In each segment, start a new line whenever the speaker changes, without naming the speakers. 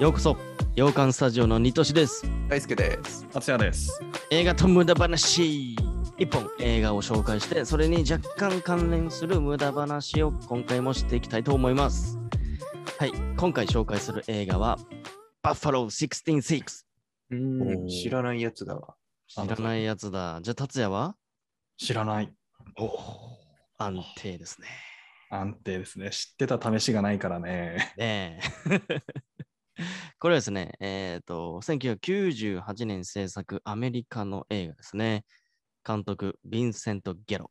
ようこそ洋館スタジオのニトシです
大輔です。
達也です。
映画と無駄話一本映画を紹介してそれに若干関連する無駄話を今回もしていきたいと思いますはい今回紹介する映画はバッファロー166
うん
知らないやつだわ。
知らないやつだじゃあ達也は
知らない。
安定ですね
安定ですね。知ってた試しがないからね。
ねえ これはですね、えっ、と、1998年制作アメリカの映画ですね。監督、ヴィンセント・ゲロ。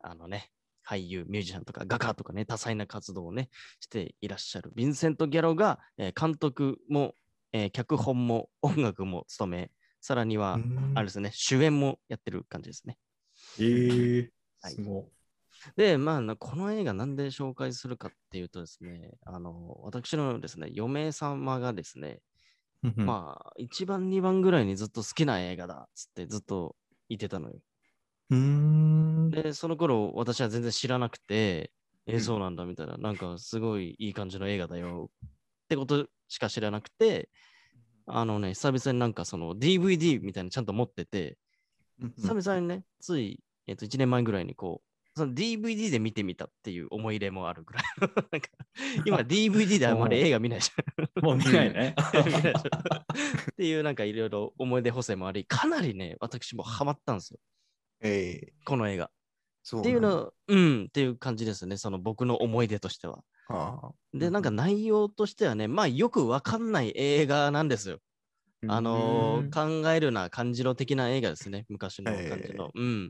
あのね、俳優、ミュージシャンとか画家とかね、多彩な活動をね、していらっしゃるヴィンセント・ゲロが、えー監督も、えー脚本も音楽も務め、さらには、あれですね、主演もやってる感じですね。
えー、
はい
すご
で、まあ、なこの映画なんで紹介するかっていうとですね、あの、私のですね、嫁様がですね、
い。あ、
まあ、1番、2番ぐらいにずっと好きな映画だっつってずっと言ってたのよ。
うん。
で、その頃、私は全然知らなくて、え
うん
そうなんだみたいな、なんかすごいいい感じの映画だよってことしか知らなくて、あのね、久々になんかその DVD みたいなのちゃんと持ってて、久々にね、つい、えっと1年前ぐらいにこう、その DVD で見てみたっていう思い入れもあるぐらい。 なんか今 DVD であんま り映画見ないじ
もう見ないね。
ゃん。見ないじゃんっていうなんかいろいろ思い出補正もあり、かなりね、私もハマったんですよ、
ええ
この映画。
そう。
っていう、の、うん、っていう感じですね、その僕の思い出としては。
あ
で、なんか内容としてはね、まあよくわかんない映画なんですよ。あのー考えるな感じろ的な映画ですね、昔の感じの。うん。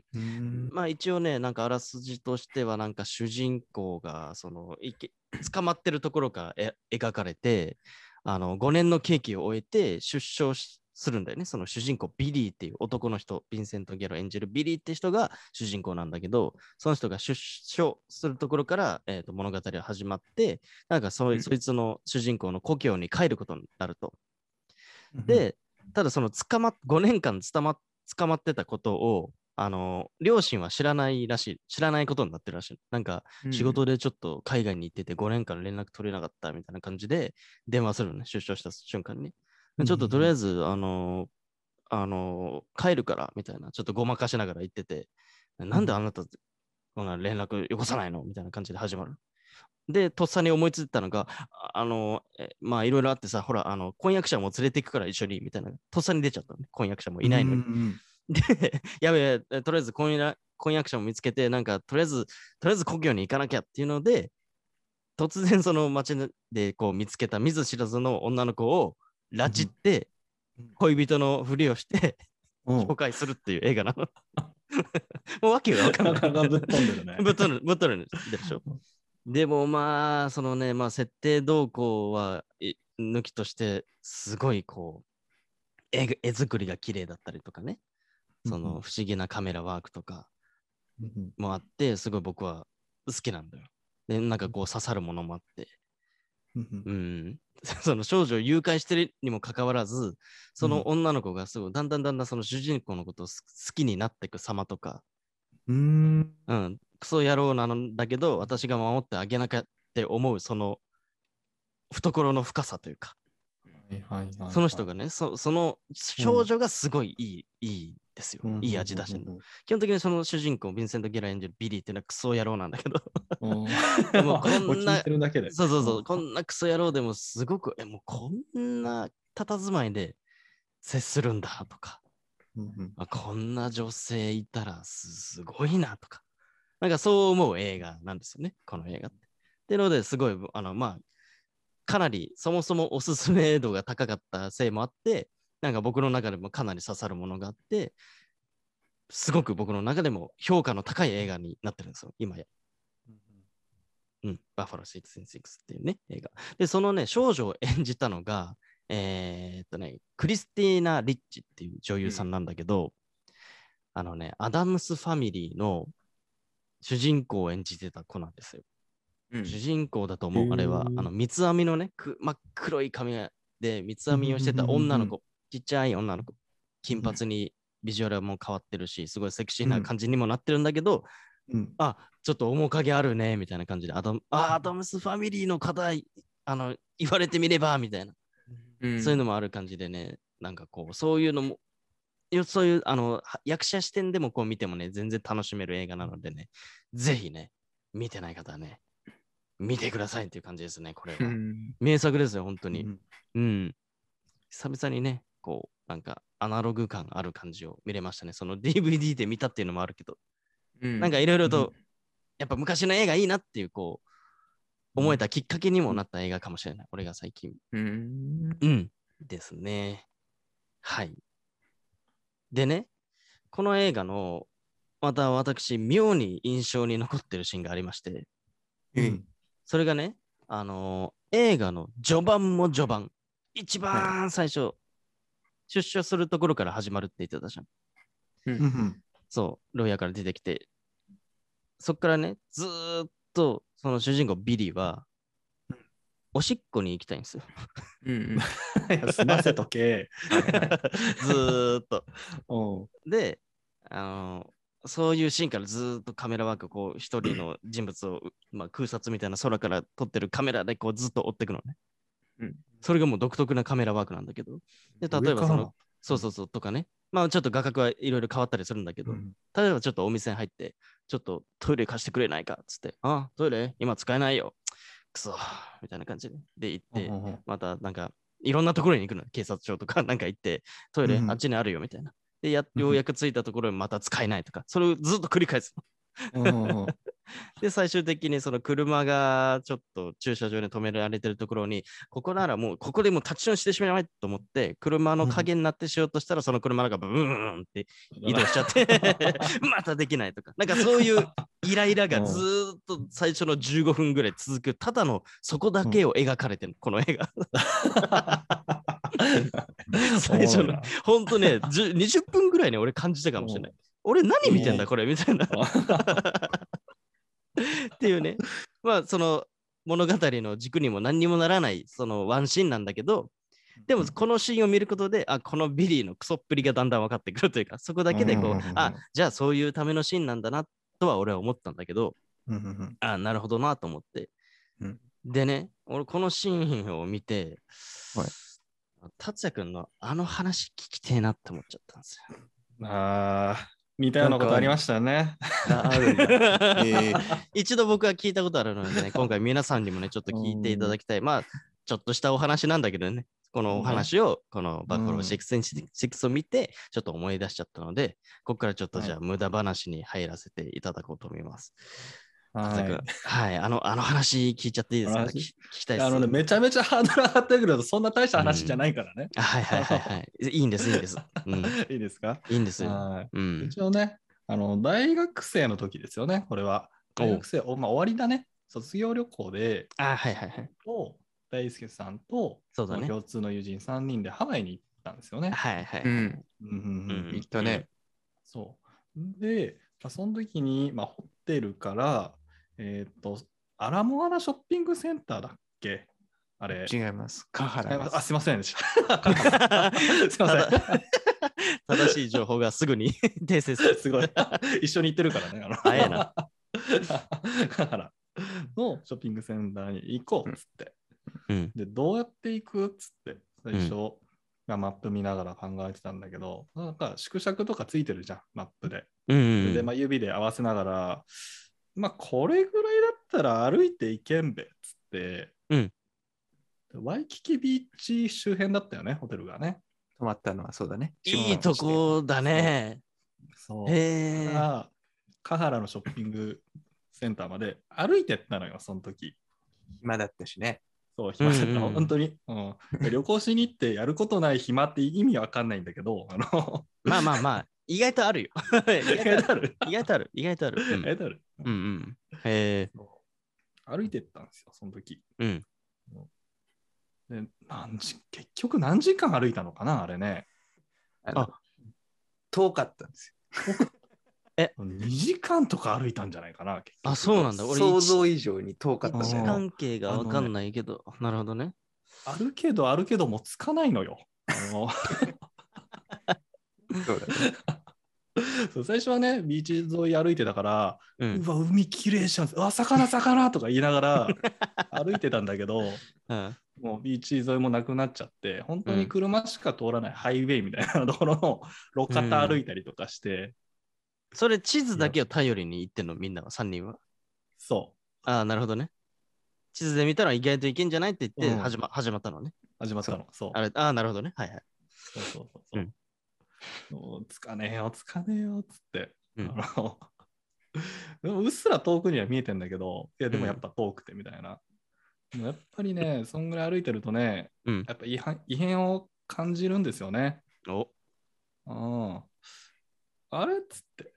まあ一応ね、なんかあらすじとしては、なんか主人公が、その、いけ捕まってるところからえ描かれて、あの、5年の刑期を終えて出所しするんだよね。その主人公、ビリーっていう男の人、ヴィンセント・ゲロ演じるビリーって人が主人公なんだけど、その人が出所するところから、えーと物語は始まって、なんかそ,、
うん
そいつの主人公の故郷に帰ることになると。
う ん、
で、ただその捕まっ5年間捕ま捕まってたことを、あの両親は知らないらしい、知らないことになってるらしい。なんか
あ。
仕事でちょっと海外に行ってて5年間連絡取れなかったみたいな感じで電話するのね、出所した瞬間に。
うん
ちょっととりあえず、あのあの帰るからみたいな、ちょっとごまかしながら言ってて、なんであなた、こんな連絡よこさないのみたいな感じで始まる。で、とっさに思いついたのが、ああの、えまあいろいろあってさ、ほら、あの、婚約者も連れてくから一緒に、みたいな、とっさに出ちゃったのね、婚約者もいないのに。
うん
で、 やべええ、とりあえず婚約婚約者も見つけて、なんか、とりあえず、とりあえず故郷に行かなきゃっていうので、突然その街でこう見つけた見ず知らずの女の子を拉致って
うん、
恋人のふりをして、
うんうん
紹介するっていう映画なの。 もうわけがわかんな。
ないかなかぶっ飛んでるね
。ぶっ飛る、ぶっ飛るでしょ。でもまあ、そのね、まあ、設定動向はい抜きとして、すごいこう、絵が絵作りが綺麗だったりとかね、そ
うんう
の
ん
不思議なカメラワークとか
うん
もあって、すごい僕は好きなんだよ。で、なんかこう刺さるものもあって、
うん
う。ん、 その少女を誘拐してるにもかかわらず、その女の子がすごい、だんだんだんだんその主人公のことをす好きになっていく様とか、
うん
うん、クソ野郎なんだけど、私が守ってあげなきゃって思う、その、懐の深さというか、
はいはいはいはい
その人がね、そその少女がすごいいい、いいですよ
うんうんうん。うん
いい味出してるの。基本的にその主人公、ヴィンセント・ゲラ演じるビリーっていうのはクソ野郎なんだけど、
うんもう
こんな
聞いてるだけ で。
そうそうそう、こ
ん
んなクソ野郎でもすごく、え、もうこんな佇まいで接するんだとか、
うん
あこんな女性いたらすすごいなとか、なんかそう思う映画なんですよね、この映画って。っていうのですごい、あの、まあ、かなりそもそもおすすめ度が高かったせいもあって、なんか僕の中でもかなり刺さるものがあって、すごく僕の中でも評価の高い映画になってるんですよ、今や。うん、バッファロー666っていうね、映画。で、そのね、少女を演じたのが、えーっとね、クリスティーナ・リッチっていう女優さんなんだけど、あのね、アダムス・ファミリーの主人公を演じてた子なんですよ。
うん
主人公だと思
へ
う、
ー
あれは、あの、三つ編みのね、く真っ黒い髪で三つ編みをしてた女の子、ちっちゃい女の子、金髪にビジュアルはもう変わってるし、すごいセクシーな感じにもなってるんだけど、
うん
あちょっと面影あるねみたいな感じでアダムあアダムスファミリーの方いあの、言われてみれば、みたいな、
うん
そういうのもある感じでね、なんかこう、そういうのも、よそういう、あの、は役者視点でもこう見てもね、全然楽しめる映画なのでね、ぜひね、見てない方はね、見てくださいっていう感じですね、これ
う
は。
ん
名作ですよ、本当に
う。ん
うん。久々にね、こう、なんかアナログ感ある感じを見れましたね。その DVD で見たっていうのもあるけど、
うん
なんかいろいろ
う
と
ん、
やっぱ昔の映画いいなっていう、こう、思えたきっかけにもなった映画かもしれない。俺が最近。
うん
うん。ですね。はい。でね、この映画の、また私、妙に印象に残ってるシーンがありまして、
うん
それがね、あのー映画の序盤も序盤、一番最初、出所するところから始まるって言ってたじゃん。
うんうん
そう、牢屋から出てきて、そっからね、ずーっと、その主人公ビリーは、おしっこに行きたいん ですよ。
うん
休ませと け。
ずーっと。
おう
で、あのーそういうシーンからずーっとカメラワーク、こう、一人の人物を、まあ、空撮みたいな空から撮ってるカメラで、こう、ずっと追ってくのね。
うん
それがもう独特なカメラワークなんだけど。で、例えばその、そうそうそうとかね。まあちょっと画角はいろいろ変わったりするんだけど、
うん
例えばちょっとお店に入って、ちょっとトイレ貸してくれないかっつって、あ、トイレ今使えないよ。くそ、みたいな感じで。で、行って、
うんうん
またなんか、いろんなところに行くの。警察署とかなん か行って、トイレ、
うん
あっちにあるよみたいな。で、や
うん
ようやく着いたところにまた使えないとか、それをずっと繰り返すの。
うんうんうん
で、最終的にその車がちょっと駐車場に止められてるところに、ここならもう、ここでもう立ちションしてしまえと思って、車の影になってしようとしたら、その車がブーンって移動しちゃって、 またできないとか、なんかそういうイライラがずーっと最初の15分ぐらい続く、ただのそこだけを描かれてる、この映画。最初
おもろい
の
な、
ほんとね、10 20分ぐらいね、俺感じたかもしれない。俺何見てんだ、これみたいな。 っていうね、まあその物語の軸にも何にもならないそのワンシーンなんだけど、でもこのシーンを見ることで、あ、このビリーのクソっぷりがだんだん分かってくるというか、そこだけでこ
うんうん
う
うんう、ん
あ、じゃあそういうためのシーンなんだなとは俺は思ったんだけど、
うんうん
あ、なるほどなと思って。
うん
でね、俺このシーンを見て、
はい
達也君のあの話聞きてえなって思っちゃったんですよ。
うんああ、似たようなことありましたね。
ああるんだ。え
一度僕は聞いたことあるのでね、今回皆さんにもね、ちょっと聞いていただきたい。まあ、ちょっとしたお話なんだけどね、このお話を、このバックロー6を見て、ちょっと思い出しちゃったので、ここからちょっとじゃあ無駄話に入らせていただこうと思います。
は
はいい、はい、あの、あの話聞いちゃっていいですか
あ
聞
の
き聞きたいです。
あのね、めちゃめちゃハードル上がってるけど、そんな大した話じゃないからね。
あはいはいはいはい。いいんです、いい んです。うん、
いいですか、
いいんですよ。
は
う
い
ん。
一応ねあの、大学生の時ですよね、これは。
おう
大学生、おまあ、終わりだね。卒業旅行で、
あはいはいはい。
と大輔さんと、
そうだね
共通の友人3人でハワイに行ったんですよね。
はいはい。
うん。
うんうんうん
うん
行ったね。
そう。で、まあ、その時に、まあ、ホテルから、えーっと、アラモアナショッピングセンターだっけあれ。
違います。カハラ
あ、
です
すいません でした。すいません。
正しい情報がすぐに 訂正する。
すごい。一緒に行ってるからね。あの
早いな。
だから、のショッピングセンターに行こうっつって。
うん。
で、どうやって行くっつって、最初、
う
まあマップ見ながら考えてたんだけど、なんか縮尺とかついてるじゃん、マップで。
うんうんうん。
で、まあ、指で合わせながら、まあ、これぐらいだったら歩いて行けんべっつって、
うん
ワイキキビーチ周辺だったよね、ホテルがね。
泊まったのはそうだね。
いいとこだね。
そう。
へ
だ
え。
からカハラのショッピングセンターまで歩いてったのよ、その時。
暇だったしね。
そう、暇だった
うんうん
の、
うん
本当に、うん。旅行しに行ってやることない暇って意味わかんないんだけど、あの、
まあまあまあ、意外とあるよ。 意外
意外
と
とある。
意外とある。意外とある。う
意
ん
外とある。
うんうん。へえ。
そう歩いてったんですよ、その時。
うん
で何時結局何時間歩いたのかなあれね。
あの遠かったんです
2時間とか歩いたんじゃないかな結局
あ、そうなんだ。
よ。
俺、
想像以上に遠か
位
った
置位置
んだよね。
関係がわかんないけど。なるほどね。
あるけどあるけどもうつかないのよ。あの
そうだね。
そう最初はね、ビーチ沿い歩いてたから、
う。
うんわ、海きれいじゃん。うわ、魚、魚とか言いながら歩いてたんだけど、
うん
もうビーチ沿いもなくなっちゃって、本当に車しか通らないハイウェイみたいなところの路肩歩いたりとかして、
それ地図だけを頼りに行ってんの、みんなは、3人は。
そ
ああ、なるほどね。地図で見たら意外といけんじゃないって言っ
う
て
ん
始ま,、始まったのね。
う、始まったの。そう。
あれああ、なるほどね。はいはい。
そうそうそうそうう。もうつかねえよ、つかねえよ、つって。
うん
あの でもうっすら遠くには見えてんだけど、いや、でも
うん
やっぱ遠くてみたいな。でもやっぱりね、そんぐらい歩いてるとね、
うん
やっぱ異変異変を感じるんですよね。
お
うん、あれっつって、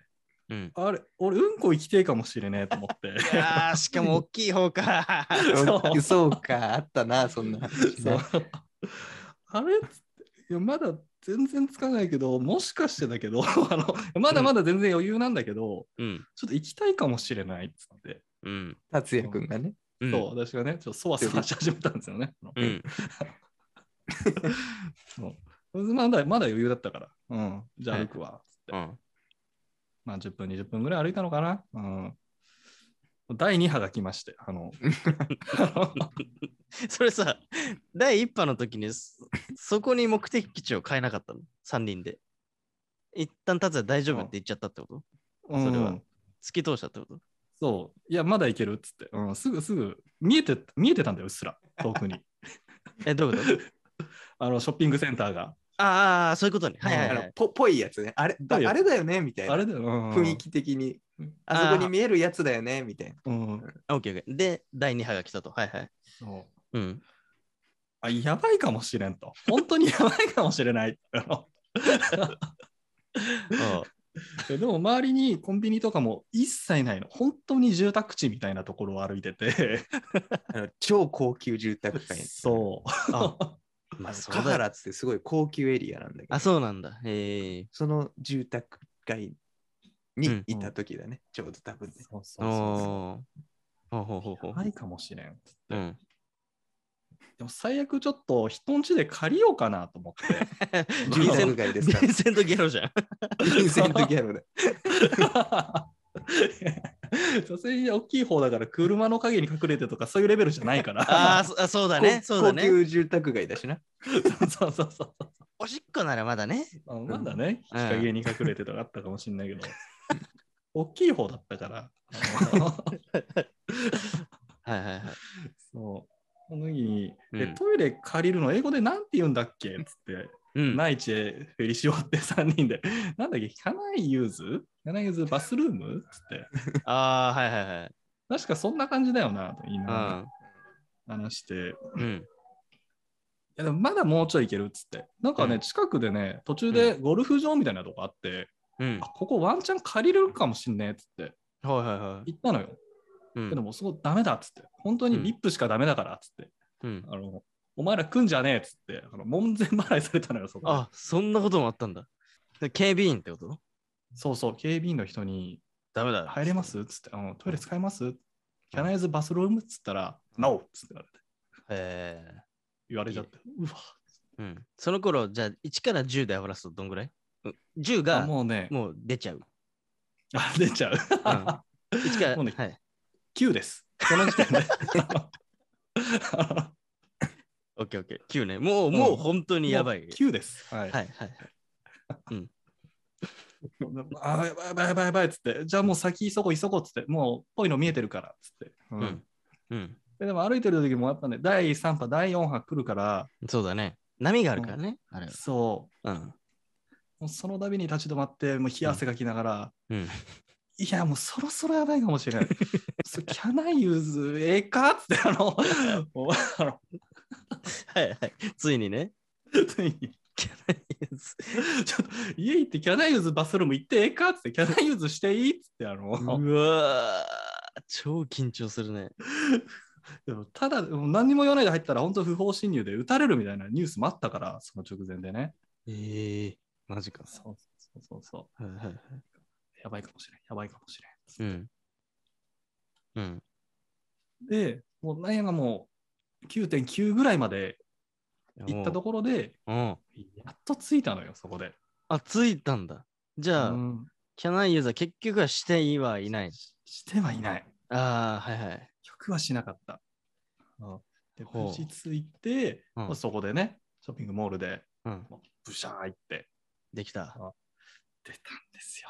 うん。
あれ、俺、うんこ行きてえかもしれねえと思 って。
ああ、しかも大きい方か。
そう
そうか、あったな、そんな。
そう。あれっつっていやまだ全然つかないけど、もしかしてだけど、 あのまだまだ全然余裕なんだけど、
うん。
ちょっと行きたいかもしれないっつって、
うん。
達也くんがね。
うん
そう、私がね、ちょっとそわそわし始めたんですよね。
うん。
そうまだまだ余裕だったから、うん、じゃあ歩くわっつって、
うん。
まあ10分、20分ぐらい歩いたのかな。うん第2波が来まして、あの、
それさ、第一波の時にそ、そこに目的地を変えなかったの ?3 人で。一旦達也大丈夫って言っちゃったってこと、
うん
それは突き通したってこと
そう、いや、まだ行けるっつって、うん、すぐすぐ見えて、見えてたんだよ、うっすら、遠くに。
え、どういうこと
あの、ショッピングセンターが。
ああ、そういうことね。はいはい
あ
は
の
い。
ぽぽいやつね。あれだ
ぽいやつ
あれだよねみたい
あ
な
れ。だよ、うん
雰囲。気的に
うん。
あそこに見えるやつだよねみたいな。
うん、
あオッケーオッケー。で、第二波が来たと。はいはい。
そ
う
う
ん。
あ、やばいかもしれんと。本当にやばいかもしれない。 あの
あ
ででも周りにコンビニとかも一切ないの。本当に住宅地みたいなところを歩いてて。
あの超高級住宅街。
そう。
あ
あ
まあ、
の
そう
カハ
だ。
ラってすごい高級エリアなんだけど、
あ、そうなんだ。ええ
その住宅街にいた時だね。ちょうど多分ね。
そうそう
ー。
そ
おーほうほうほう
う。
ほ
や
う
ば。いかもしれん。
うん、
でも最悪ちょっと人ん家で借りようかなと思って。
住
ビンセ
宅
ン
街です
ビ
から
ン。セントゲロじゃん。
ビンセントギャロで。
女性に大きい方だから車の陰に隠れてとかそういうレベルじゃないから。
あーそあ、そうだね。
高
そうだ
高
ね。
級住宅街だしな。
そう そうそうそう。
おしっこならまだね。
あまだね、日陰に隠れてとかあったかもしれな いけど、大きい方だったから、あの
はいはいはい。
そう。この時に、え
うん
トイレ借りるの英語でなんて言うんだっけっつって、
うん。
内地へフェリシオって3人で、なんだっけ、キャナイユーズキャナイユーズバスルームっつって、
ああ、はいはいはい。
確かそんな感じだよな、と言いなが
う
ら話して、い
ん。うん。
やでもまだもうちょい行けるっつって、なんかね、
うん
近くでね、途中でゴルフ場みたいなとこあって、
うん。
あ
は
ここワンチャン借りれるかもしんねえっつって、
いはいはい。
行ったのよ。
う
けど
ん。
もうそこダメだっつって、本当に
うん
リップしかダメだからっつって、
うん、
あのお前ら来んじゃねえっつって、あの門前払いされたのよ、そこで。
あ、そんなこともあったんだ。で警備員ってこと
そうそう、警備員の人に、
ダメだ。
入れますっつって、あのトイレ使えますキャナイズバスルームっつったら、NO! っつって言われて
え
言われちゃって、うわ
えうん。その頃、じゃあ1から10で表すとどんぐらいうん10が
あ
も
もうね、
う出ちゃう。
あ出ちゃう。
1から、
もうね
はい。
9です。この時点 で。
オッケーオッケー。9ね。もう、もう本当にやばい。
9です。はい。
はいはいはい。
あやばいやばいやばいやばいっつって、じゃあもう先急ごう急ごうっつって、もうっぽいの見えてるからっつって。う
うん。うん。
ででも歩いてる時もやっぱね、第3波、第4波来るから、
そうだね。波があるからね。あれは。
そ
うん。
う、もうその度に立ち止まって、もう冷や汗かきながら、
うん。
いや、もうそろそろやばいかもしれない。それキャナイユーズええかっつって、あの、もうあの
はいはい。ついにね。
ついにちょっと家行ってキャナイユーズバスルーム行ってええかっつって、キャナイユーズしていいっつって、あの、
うわー超緊張するね。
でもただ、もう何にも言わないで入ったら、本当不法侵入で撃たれるみたいなニュースもあったから、その直前でね。
ええマジか。
そうそうそうそ、
はいはいはいう
やばいかもしれん、やばいかもしれん。
うん。うん。
で、もうなんやがもう9.9ぐらいまで行ったところで、
うん。
やっと着いたのよ、そこで。
あ、着いたんだ。じゃあ、
うん
キャナイユーザー結局はしてはいない。
してはいない。
ああ、はいはい。
曲はしなかった。うんで、
ほう
無事ついて、
うん
まあそこでね、ショッピングモールで、
うん、
もうブシャーいって
でき た。
出たんですよ。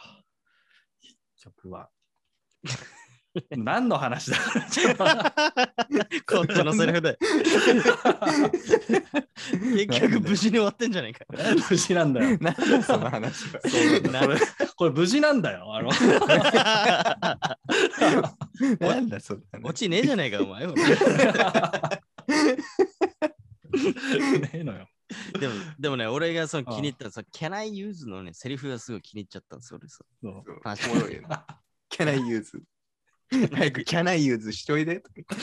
曲は。何の話 だちょっと待って
こっちのセリフ で。結局無事に終わってんじゃないか。
無事なんだよ。
なんだその話は。
そうなんだこれこれ無事なんだよ。あの
なんだその話
落ちねえじゃねえか、お 前。
ねえのよ。
でも、でもね、俺がその気に入ったのさ、Can I use のね、セリフがすごい気に入っちゃったんですよ、俺 さ。
そう
そう
話
おもろ いよね Can I use? 早く Can I use しといでとか。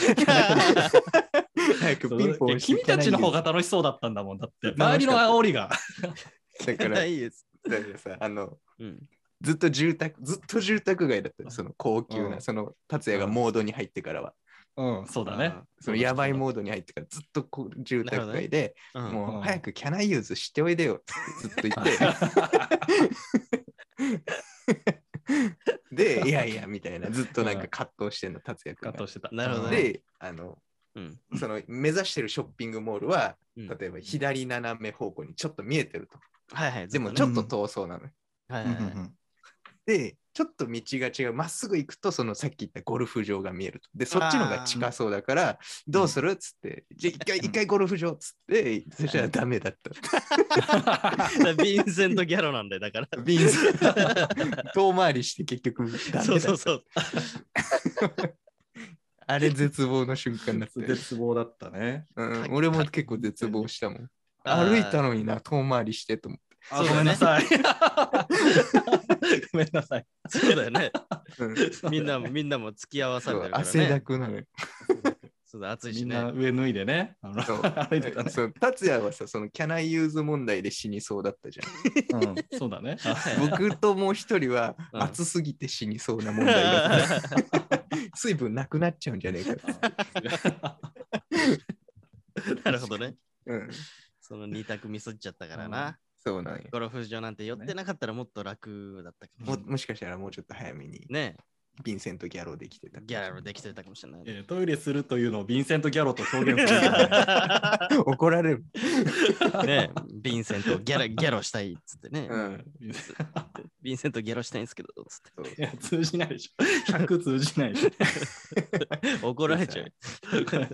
早くピンポン押して
君たちの方
Can I
が楽しそうだったんだもん。だって、
楽しかった
周りの煽りが。
use？だか
Can
ら
I use?
だからさあの
うん。
ずっと住宅ずっと住宅街だったよその高級な、
うん
その達也がモードに入ってからは、
うん、そうだね。
そのやばいモードに入ってからずっとこう住宅街で、
うん。うん
も
う
うん早く Can I use しておいでよってずっと言っ て。で、いやいや、みたいな、ずっとなんか葛藤してんの、達也君
葛
が。
藤してた。
なるほどね
で、あの、
うん。
その目指してるショッピングモールは、
うん
例えば左斜め方向にちょっと見えてると。
はいはい。
でもち
ず
ょ
っ
っと遠そうなのよ。
とね。はい
うん
はいはい
うんうん
で、ちょっと道が違う、まっすぐ行くと、そのさっき言ったゴルフ場が見えると。で、そっちの方が近そうだから、どうするっつって、じゃあ一回、一回ゴルフ場っつって、そしたらダメだった。
だからヴィンセント・ギャロなんで、だから。
ビンズ。 遠回りして結局ダメだった。
そうそうそう。
あれ絶望の瞬間だったよ。
絶望だったね。
うん、俺も結構絶望したもん。
あー
歩いたのにな、遠回りしてと思
あ
そうだね
ごめんなさい。ごめんなさい。
そうだよね。
って。うん
みんな、みんなも付き合わさ
そ
れて
う
るから、ね。
汗だくなのよ。
そうだ、暑い
み
し
ん
ね。
な上脱いでね。あの
そう
歩いてたね。
そう達也はさ、そのキャナイユーズ問題で死にそうだったじゃ
うんそうだね。
ん。僕ともう一人は
うん
暑すぎて死にそうな問題だ った。水分なくなっちゃうんじゃねえか。
なるほどね。
うん、
その二択ミスっちゃったからな。
そうなんよ。
ゴルフ場なんて寄ってなかったらもっと楽だったかも
も
しれない。
もしかしたらもうちょっと早めに
ね
ヴィンセント・ギャロできてた。
ギャラルできてたかもしれないね。
えートイレするというのをヴィンセント・ギャロと表現するよね。
怒られる。
ねヴィンセントギャラ、ギャロしたいっつってね。
うん、
ヴィンセントギャロしたいんですけど、つっ
そう
いや通じないでしょ。100通じないでしょ。
て。怒られちゃう。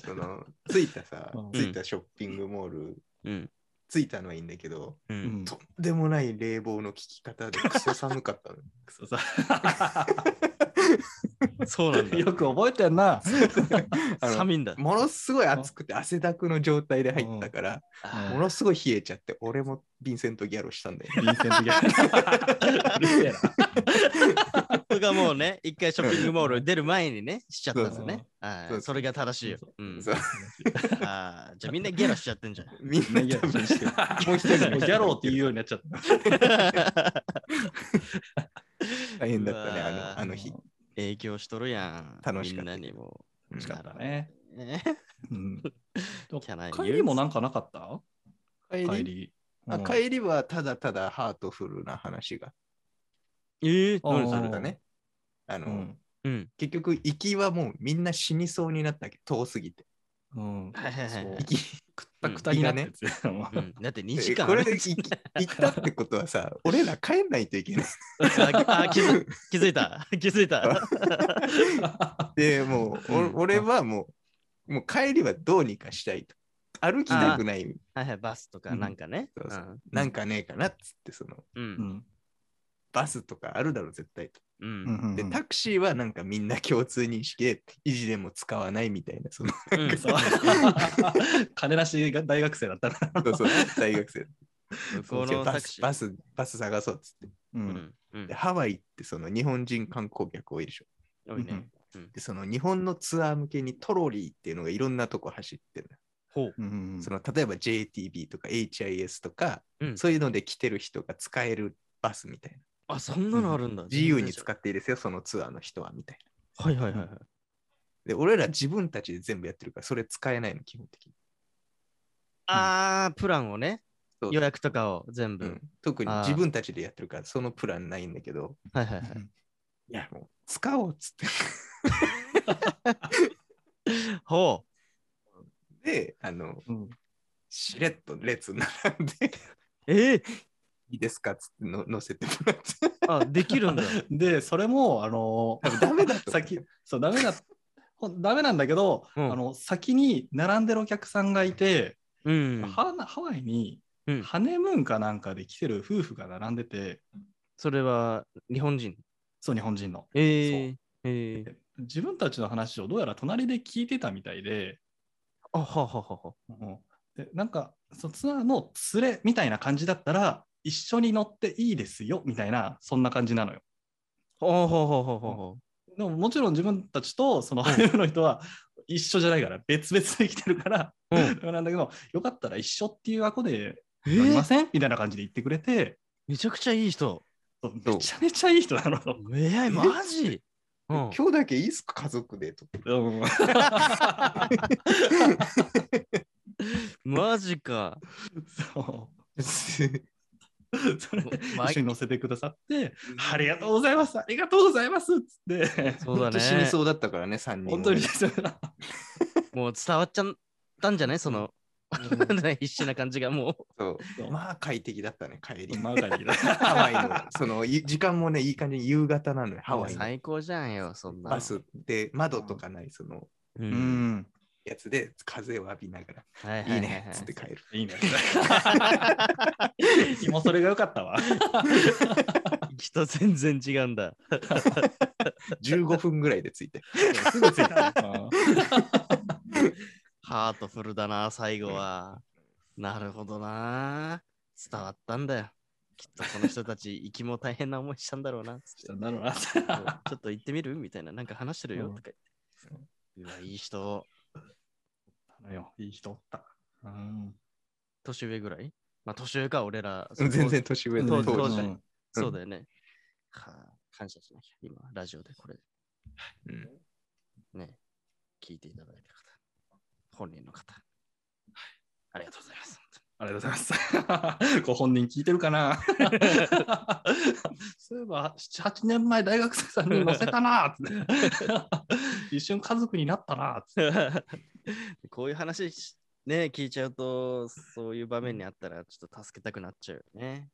その着いたさ
うん、
着いたショッピングモール、
うん。
着いたのはいいんだけど、
う。
うんん
とんでもない冷房の効き方でクソ寒かったの。
くそさ
そうなん だ。
よく覚えてんな。
あの
寒いんだ。
ものすごい暑くて汗だくの状態で入ったから、
あ
ものすごい冷えちゃって、俺もヴィンセント・ギャロしたんだよね。
ヴィンセント・ギャロ。うるせえな
僕がもうね、一回ショッピングモール出る前にね、しちゃったんですよ
そう
ね
そ。
は
そ
いうそれが正しいよ。うん。
そう
あーじゃあみんなギャロしちゃってんじゃん。
みんな
ギャ
多
ロ
分してる
もう一人もうギャローって言うようになっちゃった。
大変だったね、
うわ
あ
ー
のあの日。
影響しとるやん。
楽しかった
みんなにも。
うん
楽しかったね。
ね
うん
キャナイユーズ
帰りもなんかなかった
帰
帰
り
り。
あ帰りはただただハートフルな話が
えー、
あー
何そ
あ
れ
ったね。あの、
うん
うん。
結局、行きはもうみんな死にそうになったわけど、遠すぎて。
うん。
はいはいはいはい
行き、
くったくたになってて。
うんだって2時間
これで
歩い
行き行ったってことは さ、俺ら帰んないといけない。
てああ気づ気づいた気づいた
でもう、
うん
お俺はもう、もう帰りはどうにかしたいと。歩きたくない。
はいはいバスとかなんかね。
そうそう
うん
なんかねえかなっつって、その、
う
うんん
バスとかあるだろ、絶対と。
う
うんん
で、タクシーはなんかみんな共通認識で、維持でも使わないみたいな、その、
うん
そう 金なしが大学生だったから。
そうそう大学生。
向こう
じゃあ
のタ
バ
クシ
ス、
ー
バス、バス探そうっつって。
う
うんんうん
で、ハワイってその日本人観光客多いでしょ。
多いね
で、その日本のツアー向けにトロリーっていうのがいろんなとこ走ってるの。
ほう
うん
その例えば JTB とか HIS とか、
うん
そういうので来てる人が使えるバスみたいな。
あそんなのあるんだ
自由に使
う
っていいですよ、そのツアーの人はみたいな。
はいはいはいはい
で、俺ら自分たちで全部やってるから、それ使えないの、基本的に。
あープランをね
そう
予約とかを全部。
うん特に
あー
自分たちでやってるから、そのプランないんだけど、
はいはいはい。
いや、もう使おうっつって。
ほ
で、あの、
うん
しれっと列並んで、
う。えー、
いいですかっつっての乗せてもらって。
あ、できるんだ。
で、それも、あの
多分ダメだと思う
先、そう、ダメだ、ほんダメなんだけど、
うん
あの、先に並んでるお客さんがいて、
うん。
ハワハワイに
うん
ハネムーンかなんかで来てる夫婦が並んでて、
それは日本人。
そう、日本人の。
えー、えー。
で自分たちの話をどうやら隣で聞いてたみたいで、
あ、はははは。
うんでなんかそツアーの連れみたいな感じだったら一緒に乗っていいですよみたいなそんな感じなのよ。
あ、ははははは。
でももちろん自分たちとそのハネムーンの人は一緒じゃないから別々で来てるから、
う
なんだけどよかったら一緒っていう箱で
え
乗りま
ー、
せん、みたいな感じで言ってくれて
めちゃくちゃいい人。
そう
そう
めちゃめちゃいい人なの。
えー、マジ、うん、
今日だけいいっすか家族でと。
うん
マジか。
そ
そう
それで
ま
一緒に乗せてくださって、 ありがとうございます、ありがとうございますっつって、
そうだね。
死にそうだったからね、3人。
本当にそうだ
もう伝わっちゃったんじゃないその、 必死な感じがもう。
そう。
そう
まあ快適だったね、帰り。
マーガリーだ
ハワイの、その、い時間もね、いい感じに夕方なのよ、ハワイの
最高じゃんよ、そんなの。
バスで、窓とかない、その、
う。
うんん、
やつで風を浴びなが
はいは
ら、い
は
いね、つって帰る。
い いね。もそれが良かったわ。
人全然違うんだ。
15分ぐらいで着いて。
すぐ着いた。
ハートフルだな、最後は。なるほどな。伝わったんだよ。きっとこの人たち、行きも大変な思いしたんだろう な。つって
なんだろうな。
ちょっと行ってみるみたいな。なんか話してるよ
うん
とか言って。うわ、いい人。
あのよ いい人おった。うん、
年上ぐらいまあ、年上か、俺ら。
全然年上
そ
の
うそう
当
当
時
時。
ん
そうだよね。はあ、感謝しなきゃ。今、ラジオでこれ、
うん
ね、聞いていただいた方、本人の方、ありがとうございます。
ありがとうございます。 ご本人聞いてるかな そういえば、7、8年前大学生さんに乗せたな っつって。一瞬家族になったなっつって。
こういう話しね、聞いちゃうと、そういう場面にあったら、ちょっと助けたくなっちゃうよね。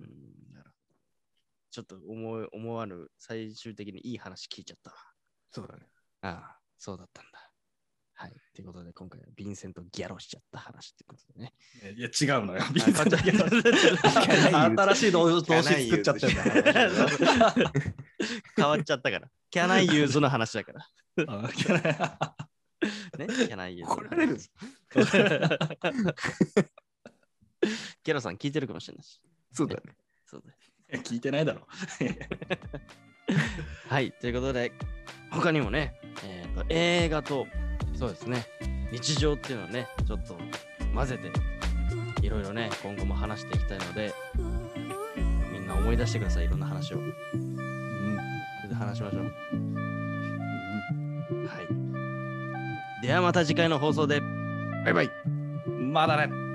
うん、なるほどちょっと思い思わぬ、最終的にいい話聞いちゃったわ。
そうだね。
ああ、そうだったんだ。はい。ということで、今回はヴィンセント・ギャロしちゃった話ということでね。
いや、違うのよ。
新
新
し
し
い
い
動詞作
動詞作
っち
っち
ゃ
ゃ
っ
って
ん
てん
だ。変わっちゃったから。can I use の話だから。ね。can I use の話。
怒られる。
ギャロさん聞いてるかもしれないし。
そうだね。
そうだね
聞 いてないだろ。
はい。ということで、他にもね、えーと映画と、そうですね、日常っていうのをね、ちょっと混ぜて、いろいろね、今後も話していきたいので、みんな思い出してください、いろんな話を。それで話しましょう。はい。ではまた次回の放送で。
バイバイ。
まだね。